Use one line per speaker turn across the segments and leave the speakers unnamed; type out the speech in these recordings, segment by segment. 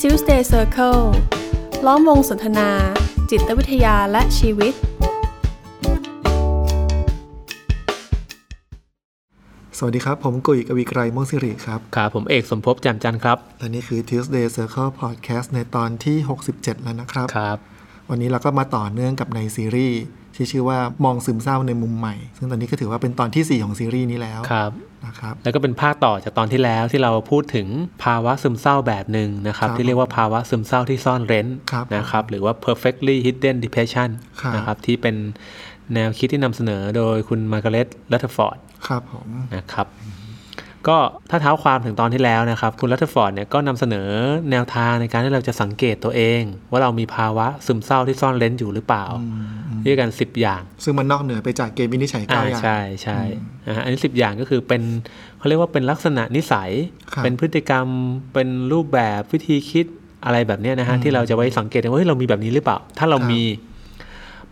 Tuesday Circle ล้อมวงสนทนา จิตวิทยาและชีวิต
สวัสดีครับ ผมกุยกวีไกรม่วงสิริครับ
ครับผมเอกสมภพแจ่มจันทร์ครับ
และนี่คือ Tuesday Circle Podcast ในตอนที่ 67 แล้วนะครับ
ครับ
วันนี้เราก็มาต่อเนื่องกับในซีรีส์ที่ชื่อว่ามองซึมเศร้าในมุมใหม่ ซึ่งตอนนี้ก็ถือว่าเป็นตอนทีสี่ 4 ของซีรีส์นี้แล้ว
ครับ
นะครับ
แล้วก็เป็นภาคต่อจากตอนที่แล้วที่เราพูดถึงภาวะซึมเศร้าแบบหนึ่งนะครับ
ครับ
ที่เรียกว่าภาวะซึมเศร้าที่ซ่อนเร้น
ครับ
นะครับ หรือว่า perfectly hidden depression
ครับ
นะครับ ที่เป็นแนวคิดที่นำเสนอโดยคุณมาร์กาเร็ตลัตฟอร์ด
ครับผม
นะครับ ก็ถ้าเท้าความถึงตอนที่แล้วนะครับ คุณรัตฟอร์ดเนี่ยก็นำเสนอแนวทางในการที่เราจะสังเกตตัวเอง ว่าเรามีภาวะซึมเศร้าที่ซ่อนเร้นอยู่หรือเปล่าด้วยกัน 10 อย่าง
ซึ่งมันนอกเหนือไปจากเกมวินิจฉัย
อ่า
9อย่าง
ใช่ใช่อ่าอันนี้สิบอย่างก็คือเป็นเขาเรียกว่าเป็นลักษณะนิสัย
ครับ
เป็นพฤติกรรมเป็นรูปแบบวิธีคิดอะไรแบบเนี้ยนะฮะที่เราจะไว้สังเกตว่าเฮ้ยเรามีแบบนี้หรือเปล่า ถ้าเรา
ครับ
มี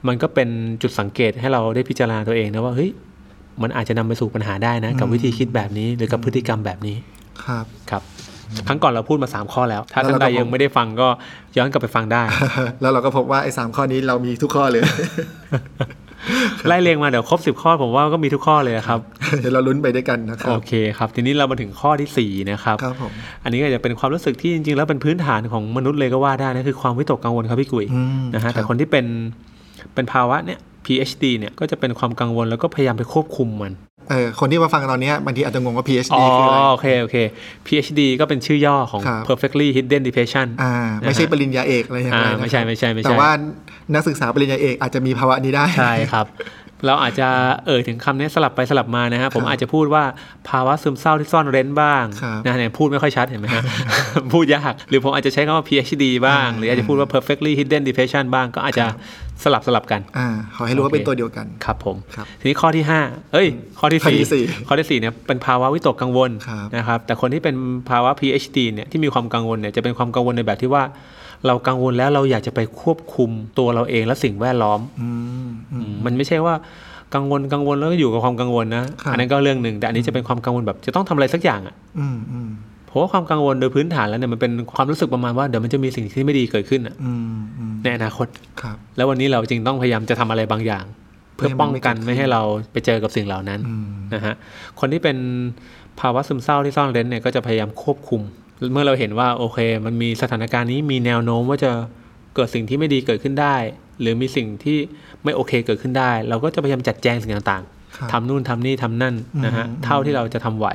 มันก็เป็นจุดสังเกตให้เราได้พิจารณาตัวเองนะว่าเฮ้ยมันอาจจะนำไปสู่ปัญหาได้นะ กับวิธีคิดแบบนี้หรือกับพฤติกรรมแบบนี้
ครับ
ครับครั้งก่อนเราพูดมา 3 ข้อแล้ว ถ้าท่านใดยังไม่ได้ฟังก็ย้อนกลับไปฟัง ได้
แล้วเราก็พบว่าไอ้สามข้อนี้เรามีทุกข้อเลย
ไล่เรียงมาเดี๋ยวครบ 10 ข้อผมว่าก็มีทุกข้อเลยนะครับ
เดี๋ยวเราลุ้นไปด้วยกันนะครั
โอบ เคครับ ทีนี้เรามาถึงข้อที่สี่นะครับ
ครับผม
อันนี้ก็จะเป็นความรู้สึกที่จริงๆ แล้วเป็นพื้นฐานของมนุษย์เลยก็ว่าได้นะคือความวิตกกังวลครับพี่กุย
อืม
นะฮะแต่
รับ
คนที่เป็นเป็นภาวะเนี่ย PhD เนี่ยก็จะเป็นความกังวลแล้วก็พยายามไปควบคุมมัน
เออคนที่มาฟังตอนเนี้ยบางทีอาจจะงงว่า
อ๋
PhD
อ
คืออะไร
โอเคโอเค PhD ก็เป็นชื่อย่อของ
ครับ
perfectly hidden depression
อ่าไม่ใช่ปริญญาเอกอะไรอย่างไร
อ่า
นะครับ
ไม่ใช่ไม่ใช่ไม่ใช่
แต่ว่านักศึกษาปริญญาเอกอาจจะมีภาวะนี้ได้
ใช่ครับ เราอาจจะเอ่ยถึงคำนี้สลับไปสลับมานะฮะผมอาจจะพูดว่าภาวะซึมเศร้าที่ซ่อนเร้นบ้าง
ครับ
นะเนี่ยพูดไม่ค่อยชัดเห็นไหมฮะ พูดยากหรือผมอาจจะใช้คำว่า PhD บ้าง หรืออาจจะพูดว่า perfectly hidden depression บ้างก็อาจจะสลับสลับกัน
อ่าขอให้รู้ว่า
โอเค
เป็นตัวเดียวกัน
ครับผม
ครับ
ทีนี้ข้อที่ 5 เอ้ย ข้อที่
ข้อที่สี่
สี่ข้อที่สี่เนี่ยเป็นภาวะวิตกกังวล
ครับ
นะครับแต่คนที่เป็นภาวะ PhD เนี่ยที่มีความกังวลเนี่ยจะเป็นความกังวลในแบบที่ว่า เรากังวลแล้วเราอยากจะไปควบคุมตัวเราเองและสิ่งแวดล้อม
อืมอืม
มันไม่ใช่ว่ากังวลกังวลแล้วก็อยู่กับความกังวลนะ
ครับ
อันนั้นก็เรื่องหนึ่งแต่อันนี้จะเป็นความกังวลแบบจะต้องทำอะไรสักอย่างอ่ะ
อืมอืม
เพราะว่าความกังวลโดยพื้นฐานแล้วเนี่ยมันเป็นความรู้สึกประมาณว่าเดี๋ยวมันจะมีสิ่งที่ไม่ดีเกิดขึ้นอะ
อืมอืม
ในอนาคต
ครับ
แล้ววันนี้เราจึงต้องพยายามจะทำอะไรบางอย่าง เพื่อป้องกัน
เพื่อให้มันไม่เกิดขึ้น
ไม่ให้เราไปเจอกับสิ่งเหล่านั้น
อืม
นะฮะคนที่เป็นภาวะซึมเศร้าที่ซ่อนเร้นเนี่ยก็จะพยายามควบคุม เมื่อเราเห็นว่าโอเค มันมีสถานการณ์นี้มีแนวโน้มว่าจะเกิดสิ่งที่ไม่ดีเกิดขึ้นได้ หรือมีสิ่งที่ไม่โอเคเกิดขึ้นได้ เราก็จะพยายามจัดแจงสิ่งต่าง
ครับ
ๆทำนู่นทำนี่ทำนั่นนะฮะ
อืม
เท่าที่เราจะทำไหว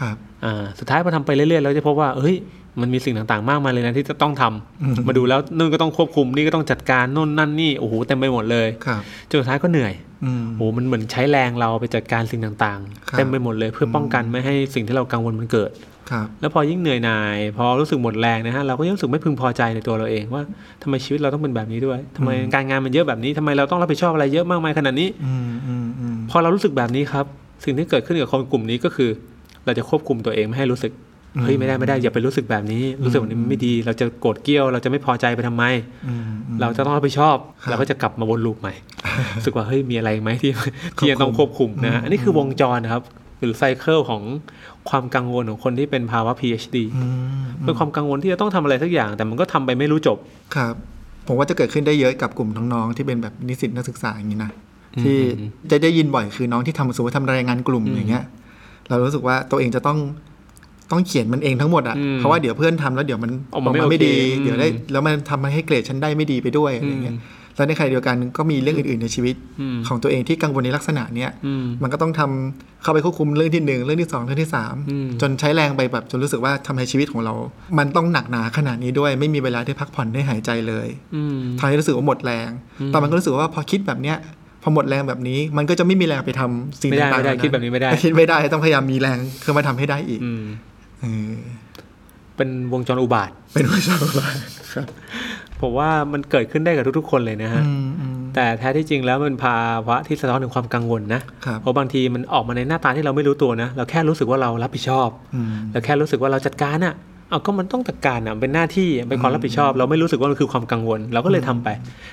ครับ
อ่าสุดท้ายพอทำไปเรื่อยๆเราจะพบว่าเฮ้ยมันมีสิ่งต่างๆ มากมายเลยนะที่จะต้องทำ
อืม
มาดูแล้วนู่นก็ต้องควบคุมนี่ก็ต้องจัดการนู่นนั่นนี่โอ้โหเต็มไปหมดเลย
ครับ
จนสุดท้ายก็เหนื่อย
อืม
โอ้มันเหมือนใช้แรงเราไปจัดการสิ่งต่าง
ครั
ๆ
บ
เต็มไปหมดเลยเพื่อป้องกันไม่ให้สิ่งที่เรากังวลมันเกิด
ครับ
แล้วพอยิ่งเหนื่อยหน่าย พอรู้สึกหมดแรงนะฮะเราก็ยิ่งรู้สึกไม่พึงพอใจในตัวเราเองว่าทำไมชีวิตเราต้องเป็นแบบนี้ด้วยทำไมการงานมันเยอะแบบนี้ทำไมเราต้องรับผิดชอบอะไรเยอะมากมายขนาดนี้
อืมอืมอืม
พอเรารู้สึกแบบนี้ครับสิ่งที่เกิดขึ้นกับคนกลุ่มนี้ก็คือ เราจะควบคุมตัวเองไม่ให้รู้สึกเฮ้ยไม่ได้ไม่ได้อย่าไปรู้สึกแบบนี้ รู้สึกแบบนี้มันไม่ดี เราจะโกรธเกรี้ยวเราจะไม่พอใจไปทำไม
อืมอืม
เราจะต้องรับผิดชอบ เราก็จะกลับมาวนลูป ใหม่ รู้สึกว่าเฮ้ยมีอะไรไหมที่ ที่ยังต้องควบคุมนะฮะอันนี้คือวงจรนะครับ หรือไซเคิลของความกังวลของคนที่เป็นภาวะ PhD
อืม
เป็นความกังวลที่จะต้องทำอะไรสักอย่าง แต่มันก็ทำไปไม่รู้จบ
ครับ ผมว่าจะเกิดขึ้นได้เยอะกับกลุ่มน้องๆที่เป็นแบบนิสิตนักศึกษาอย่างนี้นะที่จะได้ยินบ่อยคือน้องที่ทำสมมติทำรายงานกลุ่มอย่างเงี้ย เรารู้สึกว่าตัวเองจะต้องต้องเขียนมันเองทั้งหมดอ่ะ
อืม
เพราะว่าเดี๋ยวเพื่อนทำแล้วเดี๋ยวมัน
ออกมาไม่
ก
โอเค
ดี
อืม
เดี๋ยวได้แล้วมันทำให้เกรดฉันได้ไม่ดีไปด้วยอะไรเงี้ยแล้วในขณะเดียวกันก็มีเรื่องอื่นๆในชีวิต
อืม
ของตัวเองที่กังวลในลักษณะเนี้ย
อืม
มันก็ต้องทำเข้าไปควบคุมเรื่องที่หนึ่งเรื่องที่สองเรื่องที่สาม
อืม
จนใช้แรงไปแบบจนรู้สึกว่าทำให้ชีวิตของเรา มันต้องหนักหนาขนาดนี้ด้วย ไม่มีเวลาได้พักผ่อนได้หายใจเลย
อืม
ทำให้รู้สึกว่าหมดแรง แต่มันก็รู้สึกว่าพอคิดแบบเนี้ย พอหมดแรงแบบนี้ มันก็จะไม่มีแรงไปทำสิ่ง
ไม่ได้
ต่างๆ
ไม่ได้
เหล่า
คิดแบบนี้ไม่ได้
คิดไม่ได้ ต้องพยายามมีแรงคือมาทำให้ได้อีก
อืม
เออ
เป็นวงจรอุบาท
เป็นผู้ชายครับ
ผมว่ามันเกิดขึ้นได้กับทุกๆ คนเลยนะฮะ
อืมอืม
แต่แท้ที่จริงแล้วมันภาวะที่สะท้อนถึงความกังวลนะครับ เพราะบางทีมันออกมาในหน้าตาที่เราไม่รู้ตัวนะ เราแค่รู้สึกว่าเรารับผิดชอบ
อืม
เราแค่รู้สึกว่าเราจัดการอะเอาก็มันต้องจัดการอะเป็นหน้าที่เป็นความรับผิดชอบ เราไม่รู้สึกว่ามันคือความกังวล เราก็เลยทำไป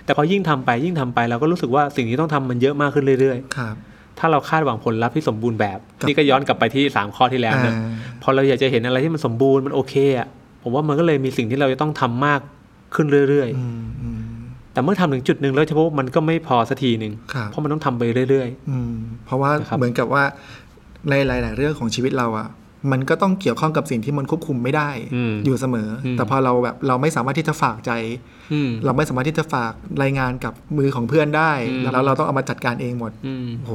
แต่พอยิ่งทำไปยิ่งทำไปเราก็รู้สึกว่าสิ่งที่ต้องทำมันเยอะมากขึ้นเรื่อย
ครับ
ๆ ถ้าเราคาดหวังผลลัพธ์ที่สมบูรณ์แบบ
ครับ
นี่ก็ย้อนกลับไปที่ 3 ข้อที่แล้วนะ
อ่า
พอเราอยากจะเห็นอะไรที่มันสมบูรณ์มันโอเคอะ ผมว่ามันก็เลยมีสิ่งที่เราจะต้องทำมากขึ้นเรื่อย
อืมอืม
ๆ แต่เมื่อทำถึงจุดหนึ่งแล้วจะพบว่ามันก็ไม่พอสักทีหนึ่ง
ครับ
เพราะมันต้องทำไปเรื่อย
อืมเพราะว่า
นะครับ
เหมือนกับว่าในหลาย ๆ เรื่องของชีวิตเราอะมันก็ต้องเกี่ยวข้องกับสิ่งที่มันควบคุมไม่ได้
ๆ อืม
อยู่เสมออ
ม
แต่พอเราแบบเราไม่สามารถที่จะฝากใจ
อืม
เราไม่สามารถที่จะฝากรายงานกับมือของเพื่อนได้
อืม
แล้วเราต้องเอามาจัดการเองหมด
อืม
โห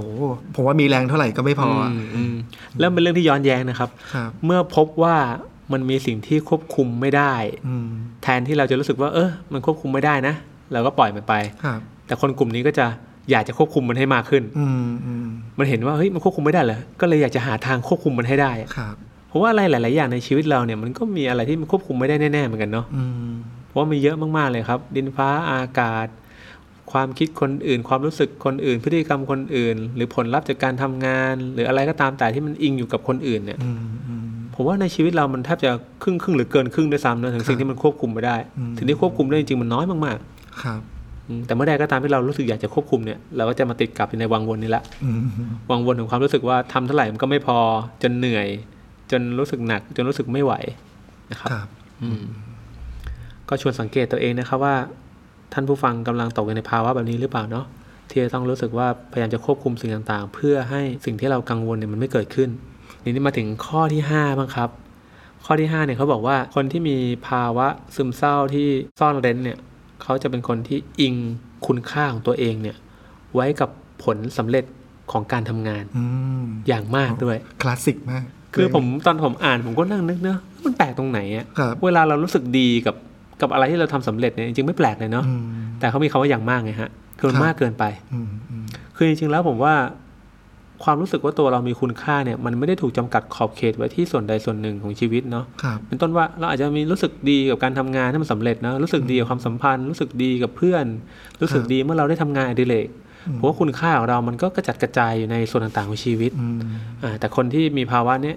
ผมว่ามีแรงเท่าไหร่ก็ไม่พออะ
มอืมแล้วเป็นเรื่องที่ย้อนแย้งนะครับ
ครับ
เมื่อพบว่ามันมีสิ่งที่ควบคุมไม่ได้
อืม
แทนที่เราจะรู้สึกว่า เออมันควบคุมไม่ได้นะเราก็ปล่อยมันไป
ครับ
แต่คนกลุ่มนี้ก็จะอยากจะควบคุมมันให้มากขึ้น
อืมอืม
มันเห็นว่าเฮ้ยมันควบคุมไม่ได้เหรอก็เลยอยากจะหาทางควบคุมมันให้ได้
ครับ
เพราะว่าอะไรหลาย ๆ อย่างในชีวิตเราเนี่ยมันก็มีอะไรที่มันควบคุมไม่ได้แน่ ๆ เหมือนกันเนาะ
อืม
เพราะว่ามีเยอะมาก ๆ เลยครับ ดินฟ้าอากาศ ความคิดคนอื่น ความรู้สึกคนอื่น พฤติกรรมคนอื่น หรือผลลัพธ์จากการทำงาน หรืออะไรก็ตามแต่ที่มันอิงอยู่กับคนอื่นเนี่ย
อืมอืม
ผมว่าในชีวิตเรามันแทบจะครึ่งครึ่งๆหรือเกินครึ่งด้วยซ้ำนะถึงสิ่งที่มันควบคุมไม่ได้
อืม
ถึงที่ควบคุมได้จริงๆมันน้อยมาก
ครับ
ๆอืมแต่เมื่อใดก็ตามที่เรารู้สึกอยากจะควบคุมเนี่ยเราก็จะมาติดกับอยู่ในวังวนนี้ละ
อืม
วังวนของความรู้สึกว่าทำเท่าไหร่มันก็ไม่พอจนเหนื่อย จนรู้สึกหนัก จนรู้สึกไม่ไหวนะครับ
ครับ
อืมก็ชวนสังเกตตัวเองนะครับว่า ท่านผู้ฟังกำลังตกอยู่ในภาวะแบบนี้หรือเปล่าเนาะที่จะต้องรู้สึกว่าพยายามจะควบคุมสิ่งต่างๆ เพื่อให้สิ่งที่เรากังวลเนี่ยมันไม่เกิดขึ้นทีนี้มาถึงข้อที่5บ้างครับ ข้อที่5เนี่ยเขาบอกว่าคนที่มีภาวะซึมเศร้าที่ซ่อนเร้นเนี่ยเขาจะเป็นคนที่อิงคุณค่าของตัวเองเนี่ย ไว้กับผลสำเร็จของการทำงาน
อืม
อย่างมากด้วย
คลาสสิกมาก
คือผมตอนผมอ่านผมก็นั่งนึกเนอะมันแปลกตรงไหนอะ
ครับ
เวลาเรารู้สึกดีกับกับอะไรที่เราทำสำเร็จเนี่ยจริงๆไม่แปลกเลยเนาะ
อืม
แต่เขามีคำว่าอย่างมากไงฮะคือมัน
ครับ
มากเกินไป
อืมอืม
คือจริงๆแล้วผมว่า ความรู้สึกว่าตัวเรามีคุณค่าเนี่ย มันไม่ได้ถูกจำกัดขอบเขตไว้ที่ส่วนใดส่วนหนึ่งของชีวิตเนาะ
ครับ
เป็นต้นว่าเราอาจจะมีรู้สึกดีกับการทำงานที่มันสำเร็จนะรู้สึกดีกับความสัมพันธ์ รู้สึกดีกับเพื่อน รู้สึก
ครับ
ดีเมื่อเราได้ทำงานอดิเรก
อืม
เพราะว่าคุณค่าของเรามันก็กระจัดกระจายอยู่ในส่วนต่างๆของชีวิต
อืม
อ่าแต่คนที่มีภาวะเนี้ย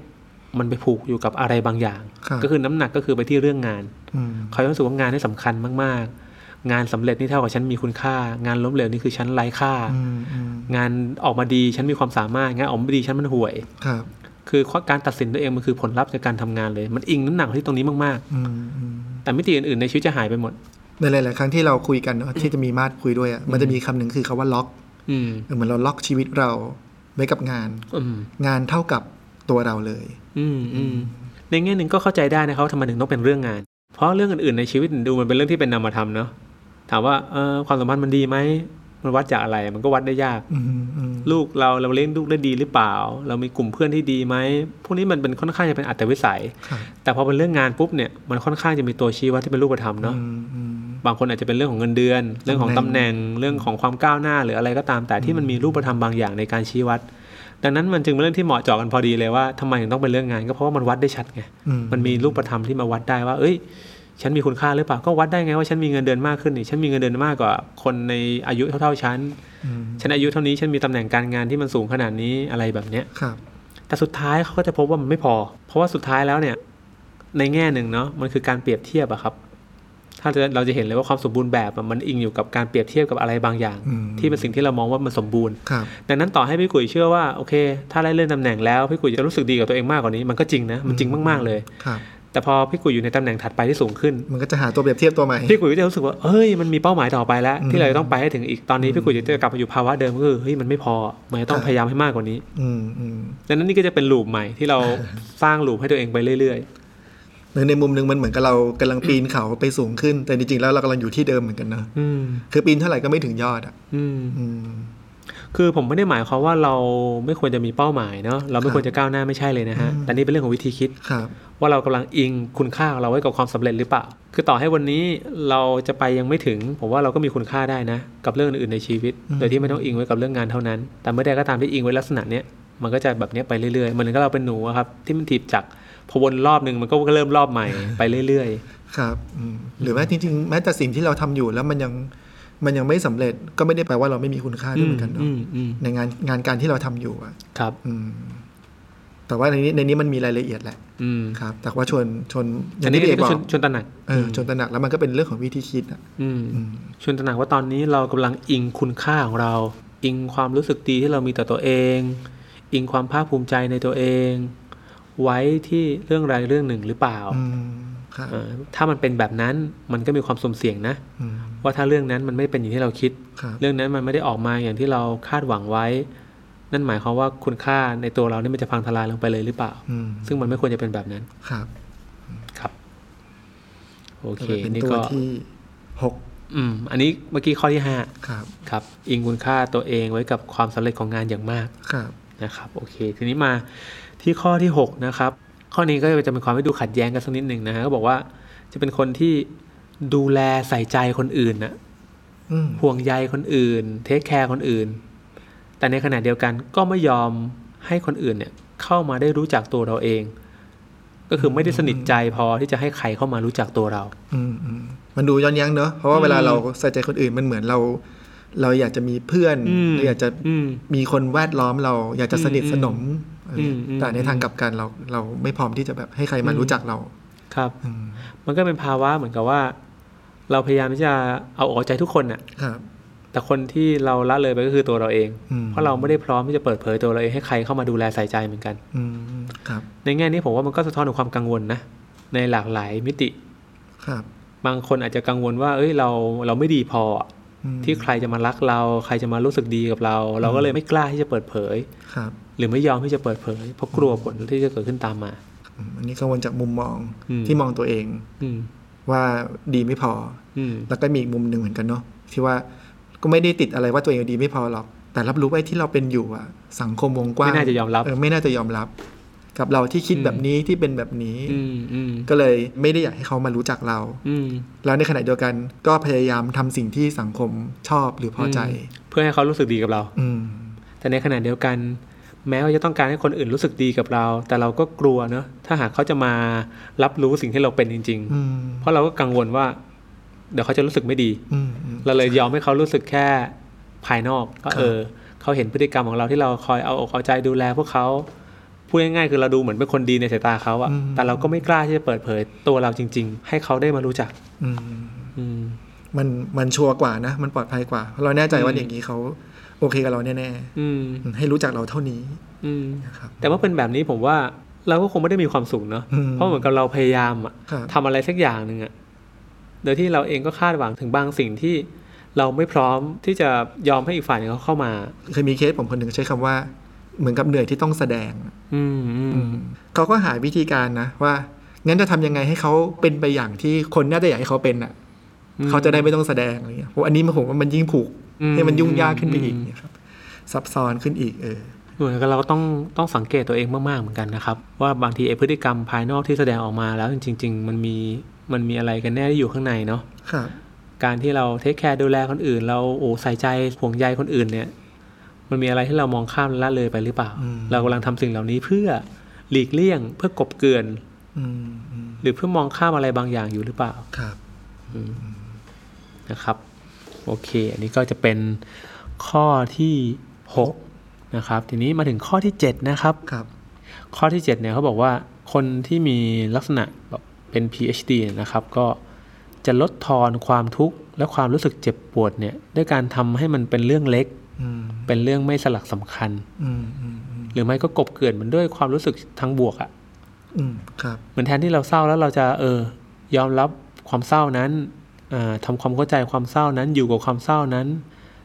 มันไปผูกอยู่กับอะไรบางอย่าง
ครับ
ก็คือน้ำหนักก็คือไปที่เรื่องงาน
อืม
เขาจะรู้สึกว่างานนี่สำคัญมากๆ งานสำเร็จนี่เท่ากับฉันมีคุณค่า งานล้มเหลวนี่คือฉันไร้ค่า
อืมอืม
งานออกมาดีฉันมีความสามารถ งานออกมาดีฉันมันห่วย
ครับ
คือการตัดสินตัวเองมันคือผลลัพธ์จากการทำงานเลย มันอิงน้ำหนักที่ตรงนี้มาก
อืมอืม
ๆ แต่มิติอื่นๆในชีวิตจะหายไปหมด
ในหลาย ๆ ครั้งที่เราคุยกันเนอะที่จะมีมาดคุยด้วยอะมันจะมีคำหนึ่งคือคำว่าล็อก
อืม
เหมือนเราล็อกชีวิตเราไว้กับงาน
อืม
งานเท่ากับตัวเราเลย
อืมอืมในแง่หนึ่งก็เข้าใจได้นะครับว่าทำไมถึงต้องเป็นเรื่องงาน เพราะเรื่องอื่นๆในชีวิตดูมันเป็นเรื่องที่เป็นนามธรรมเนาะ ถามว่าเอ่อความสัมพันธ์มันดีไหม มันวัดจากอะไร มันก็วัดได้ยาก
อืมอืม
ลูกเราเราเลี้ยงลูกได้ดีหรือเปล่า เรามีกลุ่มเพื่อนที่ดีไหมพวกนี้มันเป็นค่อนข้างจะเป็นอัตวิสัย
ครับ
แต่พอเป็นเรื่องงานปุ๊บเนี่ยมันค่อนข้างจะมีตัวชี้วัดที่เป็นรูปธรรมเนาะ
อืมอืม
บางคนอาจจะเป็นเรื่องของเงินเดือน เรื่องของตำ
ตำ
แห
แหน่
น่ง
ง
เรื่องของความก้าวหน้าหรืออะไรก็ตามแต่ที่มันมีรูปธรรมบางอย่างในการชี้วัด ดังนั้นมันจึงเป็นเรื่องที่เหมาะเจาะกันพอดีเลยว่าทำไมถึงต้องเป็นเรื่องงานก็เพราะว่ามันวัดได้ชัดไง
อื
มันมีรูปธรรมที่มาวัดได้ว่า เอ้ย ฉันมีคุณค่าหรือเปล่าก็วัดได้ไงว่าฉันมีเงินเดือนมากขึ้นนี่ฉันมีเงินเดือนมากกว่าคนในอายุเท่าๆฉัน
อืม
ฉันอายุเท่านี้ฉันมีตำแหน่งการงานที่มันสูงขนาดนี้อะไรแบบเนี้ย
ครับ
แต่สุดท้ายเขาก็จะพบว่ามันไม่พอ เพราะว่าสุดท้ายแล้วเนี่ย ในแง่หนึ่งเนาะมันคือการเปรียบเทียบอะครับ ถ้าจะเราจะเห็นเลยว่าความสมบูรณ์แบบอะมันอิงอยู่กับการเปรียบเทียบกับอะไรบางอย่าง
อืม
ที่เป็นสิ่งที่เรามองว่ามันสมบูรณ์
ครับ
ดังนั้นต่อให้พี่กุยเชื่อว่าโอเค ถ้าได้เลื่อนตำแหน่งแล้วพี่กุยจะรู้สึกดีกับตัวเองมากกว่านี้ มันก็จริงนะมันจริงมากๆเลย
ครับ
แต่พอพี่กุยอยู่ในตำแหน่งถัดไปที่สูงขึ้น
มันก็จะหาตัวเปรียบเทียบตัวใหม่
พี่กุยก็จะรู้สึกว่าเฮ้ย มันมีเป้าหมายต่อไปแล้ว ที่เราจะต้องไปให้ถึงอีก ตอนนี้พี่กุยจะกลับมาอยู่ภาวะเดิมก็คือ เฮ้ย มันไม่พอ มันจะต้อง
ครับ
พยายามให้มากกว่านี้
อืมอืม
ดังนั้นนี่ก็จะเป็นลูปใหม่ที่เราสร้างลูปให้ตัวเองไปเรื่อย
ในในมุมหนึ่งมันเหมือนกับเรากำลังปีนเขาไปสูงขึ้น แต่จริงๆแล้วเรากำลังอยู่ที่เดิมเหมือนกันเนอะ
ๆ อืม
คือปีนเท่าไหร่ก็ไม่ถึงยอดอ่ะ
อืม
อืม
คือผมไม่ได้หมายความว่าเราไม่ควรจะมีเป้าหมายเนาะ เราไม่ควรจะก้าวหน้าไม่ใช่เลยนะฮะ แต่นี่เป็นเรื่องของวิธีคิด
ครับ
ว่าเรากำลังอิงคุณค่าของเราไว้กับความสำเร็จหรือเปล่า คือต่อให้วันนี้เราจะไปยังไม่ถึง ผมว่าเราก็มีคุณค่าได้นะ กับเรื่องอื่นๆในชีวิต โดยที่ไม่ต้องอิงไว้กับเรื่องงานเท่านั้น แต่เมื่อใดก็ตามที่อิงไว้ลักษณะเนี้ยมันก็จะแบบเนี้ยไปเรื่อยๆ เหมือนกับเราเป็นหนูอะครับที่มันถีบจักรพอวนรอบหนึ่งมันก็เริ่มรอบใหม่ ไปเรื่อย
ครับอืมหรือว่าจริงๆ แม้แต่สิ่งที่เราทำอยู่แล้วมันยังมันยังไม่สำเร็จก็ไม่ได้แปลว่าเราไม่มีคุณค่า
ๆ
ด้วยเหมือนกันเนาะ
มอืม
ในงานงานการที่เราทำอยู่อะ
ครับ
อืม แต่ว่าในนี้ในนี้มันมีรายละเอียดแหละ
อืม
ครับ แต่ว่าชวนชวนอ
อั
ย่าน ง
นี้
ที่พี่เอก
ก็
บอ
ชวน
ก
ชวนตระหนัก
เออชวนตระหนักแล้วมันก็เป็นเรื่องของวิธีคิดอะ
อืม
อืม
ชวนตระหนักว่าตอนนี้เรากำลังอิงคุณค่าของเรา อิงความรู้สึกดีที่เรามีต่อตัวเอง อิงความภาคภูมิใจในตัวเอง ไว้ที่เรื่องใดเรื่องหนึ่งหรือเปล่า
อืม ครับ
เอ่อถ้ามันเป็นแบบนั้นมันก็มีความสุ่มเสี่ยงนะ
อืม
ว่าถ้าเรื่องนั้นมันไม่เป็นอย่างที่เราคิด
ครับ
เรื่องนั้นมันไม่ได้ออกมาอย่างที่เราคาดหวังไว้ นั่นหมายความว่าคุณค่าในตัวเรานี่มันจะพังทลายลงไปเลยหรือเปล่า
อืม
ซึ่งมันไม่ควรจะเป็นแบบนั้น
ครับ
ครับ โอเค
แล้วก็เป็น
นี่
ตัว
ก็
ที่หก
อืม อันนี้เมื่อกี้ข้อที่ห้า
ครับ
ครับ อิงคุณค่าตัวเองไว้กับความสำเร็จของงานอย่างมาก
ครับ
นะครับโอเคทีนี้มาที่ข้อที่ 6 นะครับ ข้อนี้ก็จะเป็นความไม่ดูขัดแย้งกันสักนิดหนึ่งนะฮะก็บอกว่าจะเป็นคนที่ดูแลใส่ใจคนอื่นนะ
อืม
ห่วงใยคนอื่น เทคแคร์คนอื่น แต่ในขณะเดียวกันก็ไม่ยอมให้คนอื่นเนี่ยเข้ามาได้รู้จักตัวเราเอง ก็คือไม่ได้สนิทใจพอที่จะให้ใครเข้ามารู้จักตัวเรา
อืมอืมมันดูย้อนแย้งเนอะเพราะว่าเวลาเราใส่ใจคนอื่นมันเหมือนเรา เราอยากจะมีเพื่อน
อืม
เราอยากจะ
อืม
มีคนแวดล้อมเราอยากจะสนิทสนม
อืมอืม
แต่ในทางกลับกันเราเราไม่พร้อมที่จะแบบให้ใครมารู้จักเรา
ครับ
อืม
มันก็เป็นภาวะเหมือนกับว่า เราพยายามที่จะเอาอกเอาใจทุกคนน่ะ
ครับ
แต่คนที่เราละเลยไปก็คือตัวเราเอง
อืม
เพราะเราไม่ได้พร้อมที่จะเปิดเผยตัวเราเองให้ใครเข้ามาดูแลใส่ใจเหมือนกัน
อืมครับ
ในแง่นี้ผมว่ามันก็สะท้อนถึงความกังวลนะ ในหลากหลายมิติ
ครับ
บางคนอาจจะกังวลว่า เอ้ยเราเราไม่ดีพออะ
อืม
ที่ใครจะมารักเรา ใครจะมารู้สึกดีกับเรา เราก็เลยไม่กล้าที่จะเปิดเผย
ครับ
หรือไม่ยอมที่จะเปิดเผย เพราะกลัวผลที่จะเกิดขึ้นตามมา
อืมอันนี้กังวลจากมุมมอง
อืม
ที่มองตัวเอง
อืม
ว่าดีไม่พอ
อืม
แล้วก็มีอีกมุมหนึ่งเหมือนกันเนาะที่ว่าก็ไม่ได้ติดอะไรว่าตัวเองดีไม่พอหรอก แต่รับรู้ไว้ที่เราเป็นอยู่อะสังคมวงกว้าง
ไม่น่าจะยอมรับ
เไม่น่าจะยอมรับ กับเราที่คิด
อืม
แบบนี้ที่เป็นแบบนี้
อืมอืม
ก็เลยไม่ได้อยากให้เขามารู้จักเรา
อืม
แล้วในขณะเดียวกันก็พยายามทำสิ่งที่สังคมชอบหรือพอใจ
เพื่อให้เขารู้สึกดีกับเรา
อืม
แต่ในขณะเดียวกัน แม้ว่าจะต้องการให้คนอื่นรู้สึกดีกับเรา แต่เราก็กลัวเนอะถ้าหากเขาจะมารับรู้สิ่งที่เราเป็นจริง
อืม
ๆ เพราะเราก็กังวลว่า เดี๋ยวเขาจะรู้สึกไม่ดี
อืมอืม
เราเลยยอมให้เขารู้สึกแค่ภายนอกก็
ครับ
เออเขาเห็นพฤติกรรมของเราที่เราคอยเอาอกเอาใจดูแล พวกเขาพูดง่ายๆคือเราดูเหมือนเป็นคนดีในสายตาเขาอะ
อืม
แต่เราก็ไม่กล้าที่จะเปิดเผยตัวเราจริง ๆ ให้เขาได้มารู้จัก
อืม
อืม
มันมันชัวร์กว่านะ มันปลอดภัยกว่า เราแน่ใจว่า
อืม
อย่างนี้เขาโอเคกับเราแน่
อืม
ๆอืมให้รู้จักเราเท่านี้
อืม
นะครับ
แต่ว่าเป็นแบบนี้ผมว่าเราก็คงไม่ได้มีความสุขเนอะ
อืม
เพราะเหมือนกับเราพยายามอะ
ครับ
ทำอะไรสักอย่างหนึ่งอะโดยที่เราเองก็คาดหวังถึงบางสิ่งที่เราไม่พร้อมที่จะยอมให้อีกฝ่ายหนึ่งเขาเข้ามา
เคยมีเคสผมคนหนึ่งใช้คำว่า เหมือนกับเหนื่อยที่ต้องแสดง
อืมอืม
เขาก็หาวิธีการนะว่างั้นจะทำยังไงให้เขาเป็นไปอย่างที่คนน่าจะอยากให้เขาเป็นอ่ะเขาจะได้ไม่ต้องแสดงอะไรเงี้ยเพราะอันนี้มันผมว่ามันยิ่งผูก
อื
ให้มันยุ่งยากขึ้นไปอีก
ม
เนี่ยครับซับซ้อนขึ้นอีกเออ
เหมือนกับเราก็ต้องต้องสังเกตตัวเองมากๆเหมือนกันนะครับ ว่าบางทีไอพฤติกรรมภายนอกที่แสดงออกมาแล้วจริง ๆ มันมีมันมีอะไรกันแน่ที่อยู่ข้างในเนาะ
ครับ
การที่เราเทคแคร์ดูแลคนอื่น เราโอ้ใส่ใจห่วงใยคนอื่นเนี่ย มันมีอะไรที่เรามองข้ามละเลยไปหรือเปล่า
อืม
เรากำลังทำสิ่งเหล่านี้เพื่อหลีกเลี่ยงเพื่อกลบเกลื่อน
อืมอืม
หรือเพื่อมองข้ามอะไรบางอย่างอยู่หรือเปล่า
ครับ
นะครับ โอเค อันนี้ก็จะเป็นข้อที่ 6 นะครับ ทีนี้มาถึงข้อที่ 7 นะครับ
ครับ
ข้อที่ 7 เนี่ยเขาบอกว่าคนที่มีลักษณะแบบเป็น PhD เนี่ยนะครับ ก็จะลดทอนความทุกข์และความรู้สึกเจ็บปวดเนี่ยด้วยการทำให้มันเป็นเรื่องเล็ก
อืม
เป็นเรื่องไม่สลักสำคัญ
อืมอืมอืม
หรือไม่ก็กลบเกลื่อนมันด้วยความรู้สึกทางบวกอะ
อืมครับ
เหมือนแทนที่เราเศร้าแล้วเราจะเออยอมรับความเศร้านั้นอ่าทำความเข้าใจความเศร้านั้นอยู่กับความเศร้านั้น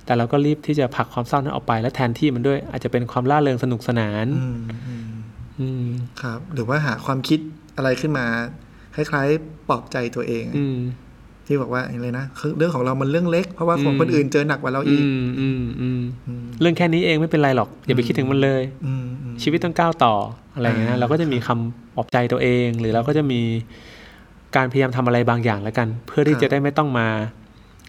แต่เราก็รีบที่จะผลักความเศร้านั้นออกไปและแทนที่มันด้วยอาจจะเป็นความล่าเริงสนุกสนาน
อืมอืม
อืม
ครับ หรือว่าหาความคิดอะไรขึ้นมา คล้ายๆปลอบใจตัวเอง
อืม
ที่บอกว่าอะไรนะคือเรื่องของเรามันเรื่องเล็ก เพราะว่าของ
อืม
คนอื่นเจอหนักกว่าเรา
อื
อีก
มอืมอืม
อืม
เรื่องแค่นี้เองไม่เป็นไรหรอก อย่าไปคิดถึงมันเลย
อืมอืม
ชีวิตต้องก้าวต่ออะไรอย่างเงี้ยนะ
อ่า
เราก็จะมีคำปลอบใจตัวเอง หรือเราก็จะมีการพยายามทำอะไรบางอย่างแล้วกัน เพื่อที่จะได้ไม่ต้องมา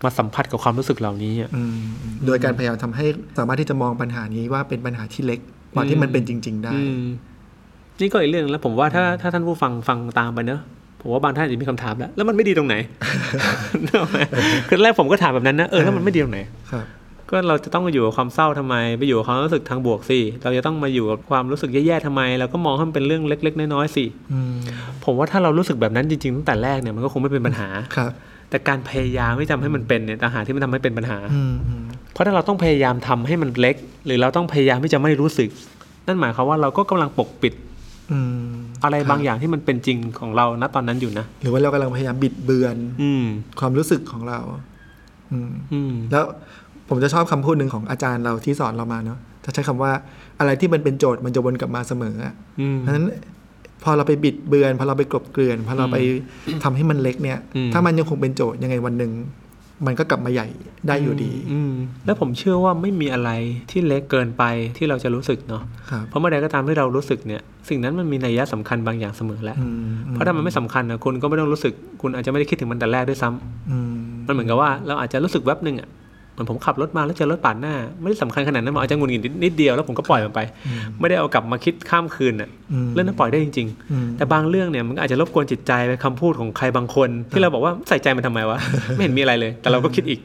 มาสัมผัสกับความรู้สึกเหล่านี้อะ
อืมอืมโดยการพยายามทำให้สามารถที่จะมองปัญหานี้ว่าเป็นปัญหาที่เล็กกว่าที่มันเป็นจริง ๆ ได้
อืมนี่ก็อีกเรื่องแล้วผมว่าถ้าถ้าท่านผู้ฟังฟังตามไปเนอะผมว่าบางท่านอาจจะมีคำถามแล้ว แล้วมันไม่ดีตรงไหน นึกออกไหมคือแรกผมก็ถามแบบนั้นนะเออแล้วมันไม่ดีตรงไหน
ครับ
ก็เราจะต้องอยู่กับความเศร้าทำไม ไปอยู่กับความรู้สึกทางบวกสิเราจะต้องมาอยู่กับความรู้สึกแย่ๆทำไมเราก็มองให้มันเป็นเรื่องเล็ก ๆ น้อยๆสิ
อืม
ผมว่าถ้าเรารู้สึกแบบนั้นจริงๆตั้งแต่แรกเนี่ยมันก็คงไม่เป็นปัญหา
ครับ
แต่การพยายามไม่ทำให้มันเป็นเนี่ยต่างหากที่มันทำให้เป็นปัญหา
อืมอืม
เพราะถ้าเราต้องพยายามทำให้มันเล็ก หรือเราต้องพยายามที่จะไม่รู้สึก นั่นหมายความว่าเราก็กำลังปกปิด
อืม
อะไร
ครับ
บางอย่างที่มันเป็นจริงของเราณตอนนั้นอยู่นะ
หรือว่าเรากำลังพยายามบิดเบือน
อืม
ความรู้สึกของเรา อืม
อืม
แล้วผมจะชอบคำพูดหนึ่งของอาจารย์เราที่สอนเรามาเนาะจะใช้คำว่าอะไรที่มันเป็นโจทย์มันจะวนกลับมาเสมออะ
อืม
เพราะฉะนั้นพอเราไปบิดเบือน พอเราไปกลบเกลื่อน พอเราไปทำให้มันเล็กเนี่ย
อืม
ถ้ามันยังคงเป็นโจทย์ยังไงวันหนึ่งมันก็กลับมาใหญ่ได้อยู่ดี
อืม แล้วผมเชื่อว่าไม่มีอะไรที่เล็กเกินไปที่เราจะรู้สึกเนาะ
ครับ
เพราะเมื่อใดก็ตามที่เรารู้สึกเนี่ย สิ่งนั้นมันมีนัยยะสำคัญบางอย่างเสมอแหละ
อืม
เพราะถ้ามันไม่สำคัญนะคุณก็ไม่ต้องรู้สึก คุณอาจจะไม่ได้คิดถึงมันแต่แรกด้วยซ้ำ
อืม
มันเหมือนกับว่าเราอาจจะรู้สึกแวบหนึ่งอ่ะ เหมือนผมขับรถมาแล้วเจอรถปาดหน้า ไม่ได้สำคัญขนาดนั้นมันอาจจะหงุนงิดนิดเดียวแล้วผมก็ปล่อยมันไป ไม่ได้เอากลับมาคิดข้ามคืนอ่ะ
ม
เรื่องนั้นปล่อยได้จริง
อืม
ๆ แต่บางเรื่องเนี่ยมันก็อาจจะรบกวนจิตใจไปคำพูดของใครบางคน ที่เราบอกว่าใส่ใจมันทำไมวะ ไม่เห็นมีอะไรเลย แต่เราก็คิดอีก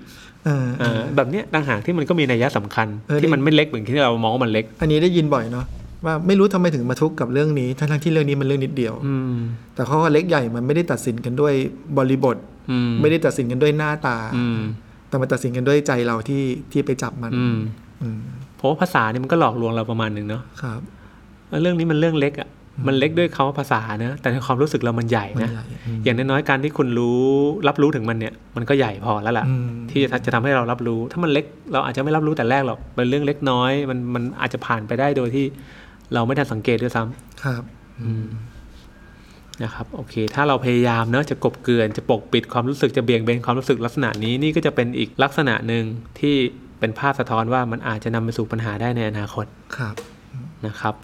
เออ
เออแบบเนี้ยต่างหากที่มันก็มีนัยยะสำคัญ ที่มันไม่เล็กเหมือนที่เรามองว่ามันเล็ก
อันนี้ได้ยินบ่อยเนาะว่าไม่รู้ทำไมถึงมาทุกข์กับเรื่องนี้ทั้งๆที่เรื่องนี้มันเรื่องนิดเดียว
อืม
แต่ข้อเล็กใหญ่มันไม่ได้ตัดสินกันด้วยบริบท
อืม
ไม่ได้ตัดสินกันด้วยหน้าตา
อืม
แต่มันตัดสินกันด้วยใจเราที่ที่ไปจับมัน
อืม
อืม
เพราะว่าภาษาเนี่ยมันก็หลอกลวงเราประมาณหนึ่งเนาะ
ครับ
เรื่องนี้มันเรื่องเล็กอ่ะมันเล็กด้วยคำว่าภาษานะแต่ในความรู้สึกเรามันใหญ่
มัน
นะ
ใหญ่อืม
อย่างน้อยๆการที่คุณรู้รับรู้ถึงมันเนี่ย มันก็ใหญ่พอแล้วล่ะ
อืม
ที่จะจะทำให้เรารับรู้ ถ้ามันเล็กเราอาจจะไม่รับรู้แต่แรกหรอกเป็นเรื่องเล็กน้อยมันมันอาจจะผ่านไปได้โดยที่เราไม่ทันสังเกตด้วยซ้ำ
ครับ
นะครับโอเค ถ้าเราพยายามเนอะจะกลบเกลื่อนจะปกปิดความรู้สึกจะเบี่ยงเบนความรู้สึกลักษณะนี้นี่ก็จะเป็นอีกลักษณะหนึ่งที่เป็นภาพสะท้อนว่ามันอาจจะนำไปสู่ปัญหาได้ในอนาคต
ครับ
นะครับ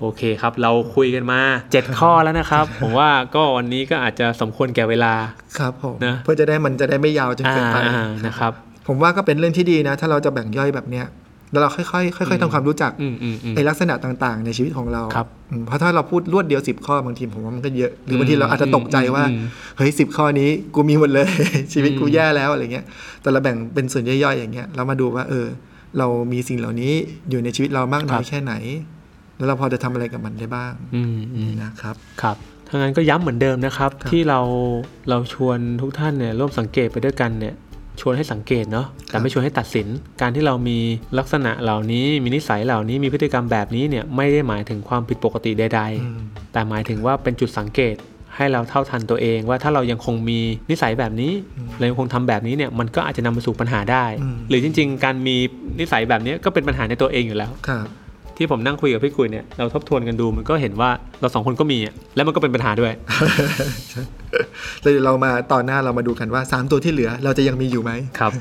โอเคครับเราคุยกันมา 7 ข้อแล้วนะครับ ผมว่าก็วันนี้ก็อาจจะสมควรแก่เวลา
ครับผม
นะ
เพื่อจะได้มันจะได้ไม่ยาวจน
อ่า
เกินไป
อ่านะครับ
ผมว่าก็เป็นเรื่องที่ดีนะ ถ้าเราจะแบ่งย่อยแบบเนี้ยแล้วเราค่อยๆค่อยๆทำความรู้จัก
อืมอืมอืม
ไอลักษณะต่างๆ ในชีวิตของเรา
ครับ
อืมเพราะถ้าเราพูดรวดเดียวสิบข้อบางทีผมว่ามันก็เยอะ หรือบางทีเราอาจจะตกใจว่า
อืมอืม
เฮ้ยสิบข้อนี้กูมีหมดเลย ชีวิตกูแย่แล้วอะไรเงี้ย แต่เราแบ่งเป็นส่วนย่อยๆอย่างเงี้ยเรามาดูว่า เออ เรามีสิ่งเหล่านี้อยู่ในชีวิตเรามากน้อยแค่ไหน แล้วเราพอจะทำอะไรกับมันได้บ้าง
อืมอืม
นะครับ
ครับถ้างั้นก็ย้ำเหมือนเดิมนะครับ
ครับ
ที่เราเราชวนทุกท่านเนี่ยร่วมสังเกตไปด้วยกันเนี่ยชวนให้สังเกตเนาะแต่ไม่ชวนให้ตัดสิน การที่เรามีลักษณะเหล่านี้มีนิสัยเหล่านี้มีพฤติกรรมแบบนี้เนี่ยไม่ได้หมายถึงความผิดปกติใด
อื
ๆ
ม
แต่หมายถึงว่าเป็นจุดสังเกตให้เราเท่าทันตัวเองว่าถ้าเรายังคงมีนิสัยแบบนี้เรายังคงทำแบบนี้เนี่ยมันก็อาจจะนำไปสู่ปัญหาได้
อืม
หรือจริง ๆ การมีนิสัยแบบนี้ก็เป็นปัญหาในตัวเองอยู่แล้ว
ครับ
ที่ผมนั่งคุยกับพี่คุยเนี่ยเราทบทวนกันดูมันก็เห็นว่าเราสองคนก็มีอะแล้วมันก็เป็นปัญหาด้วย
แล้วเดี๋ยวเรามาตอนหน้าเรามาดูกันว่า 3 ตัวที่เหลือเราจะยังมีอยู่ไหม
ครับ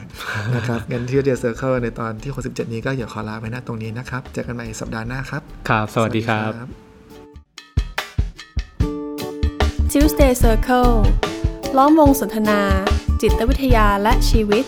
นะครับงั้นที่เดียเซอร์เคิลในตอนที่ 67 นี้ก็อย่าขอลาไปนะตรงนี้นะครับ เจอกันใหม่สัปดาห์หน้าครับ
ครับสวัสดีครับ
Tuesday Circle ล้อมวงสนทนา จิตวิทยาและชีวิต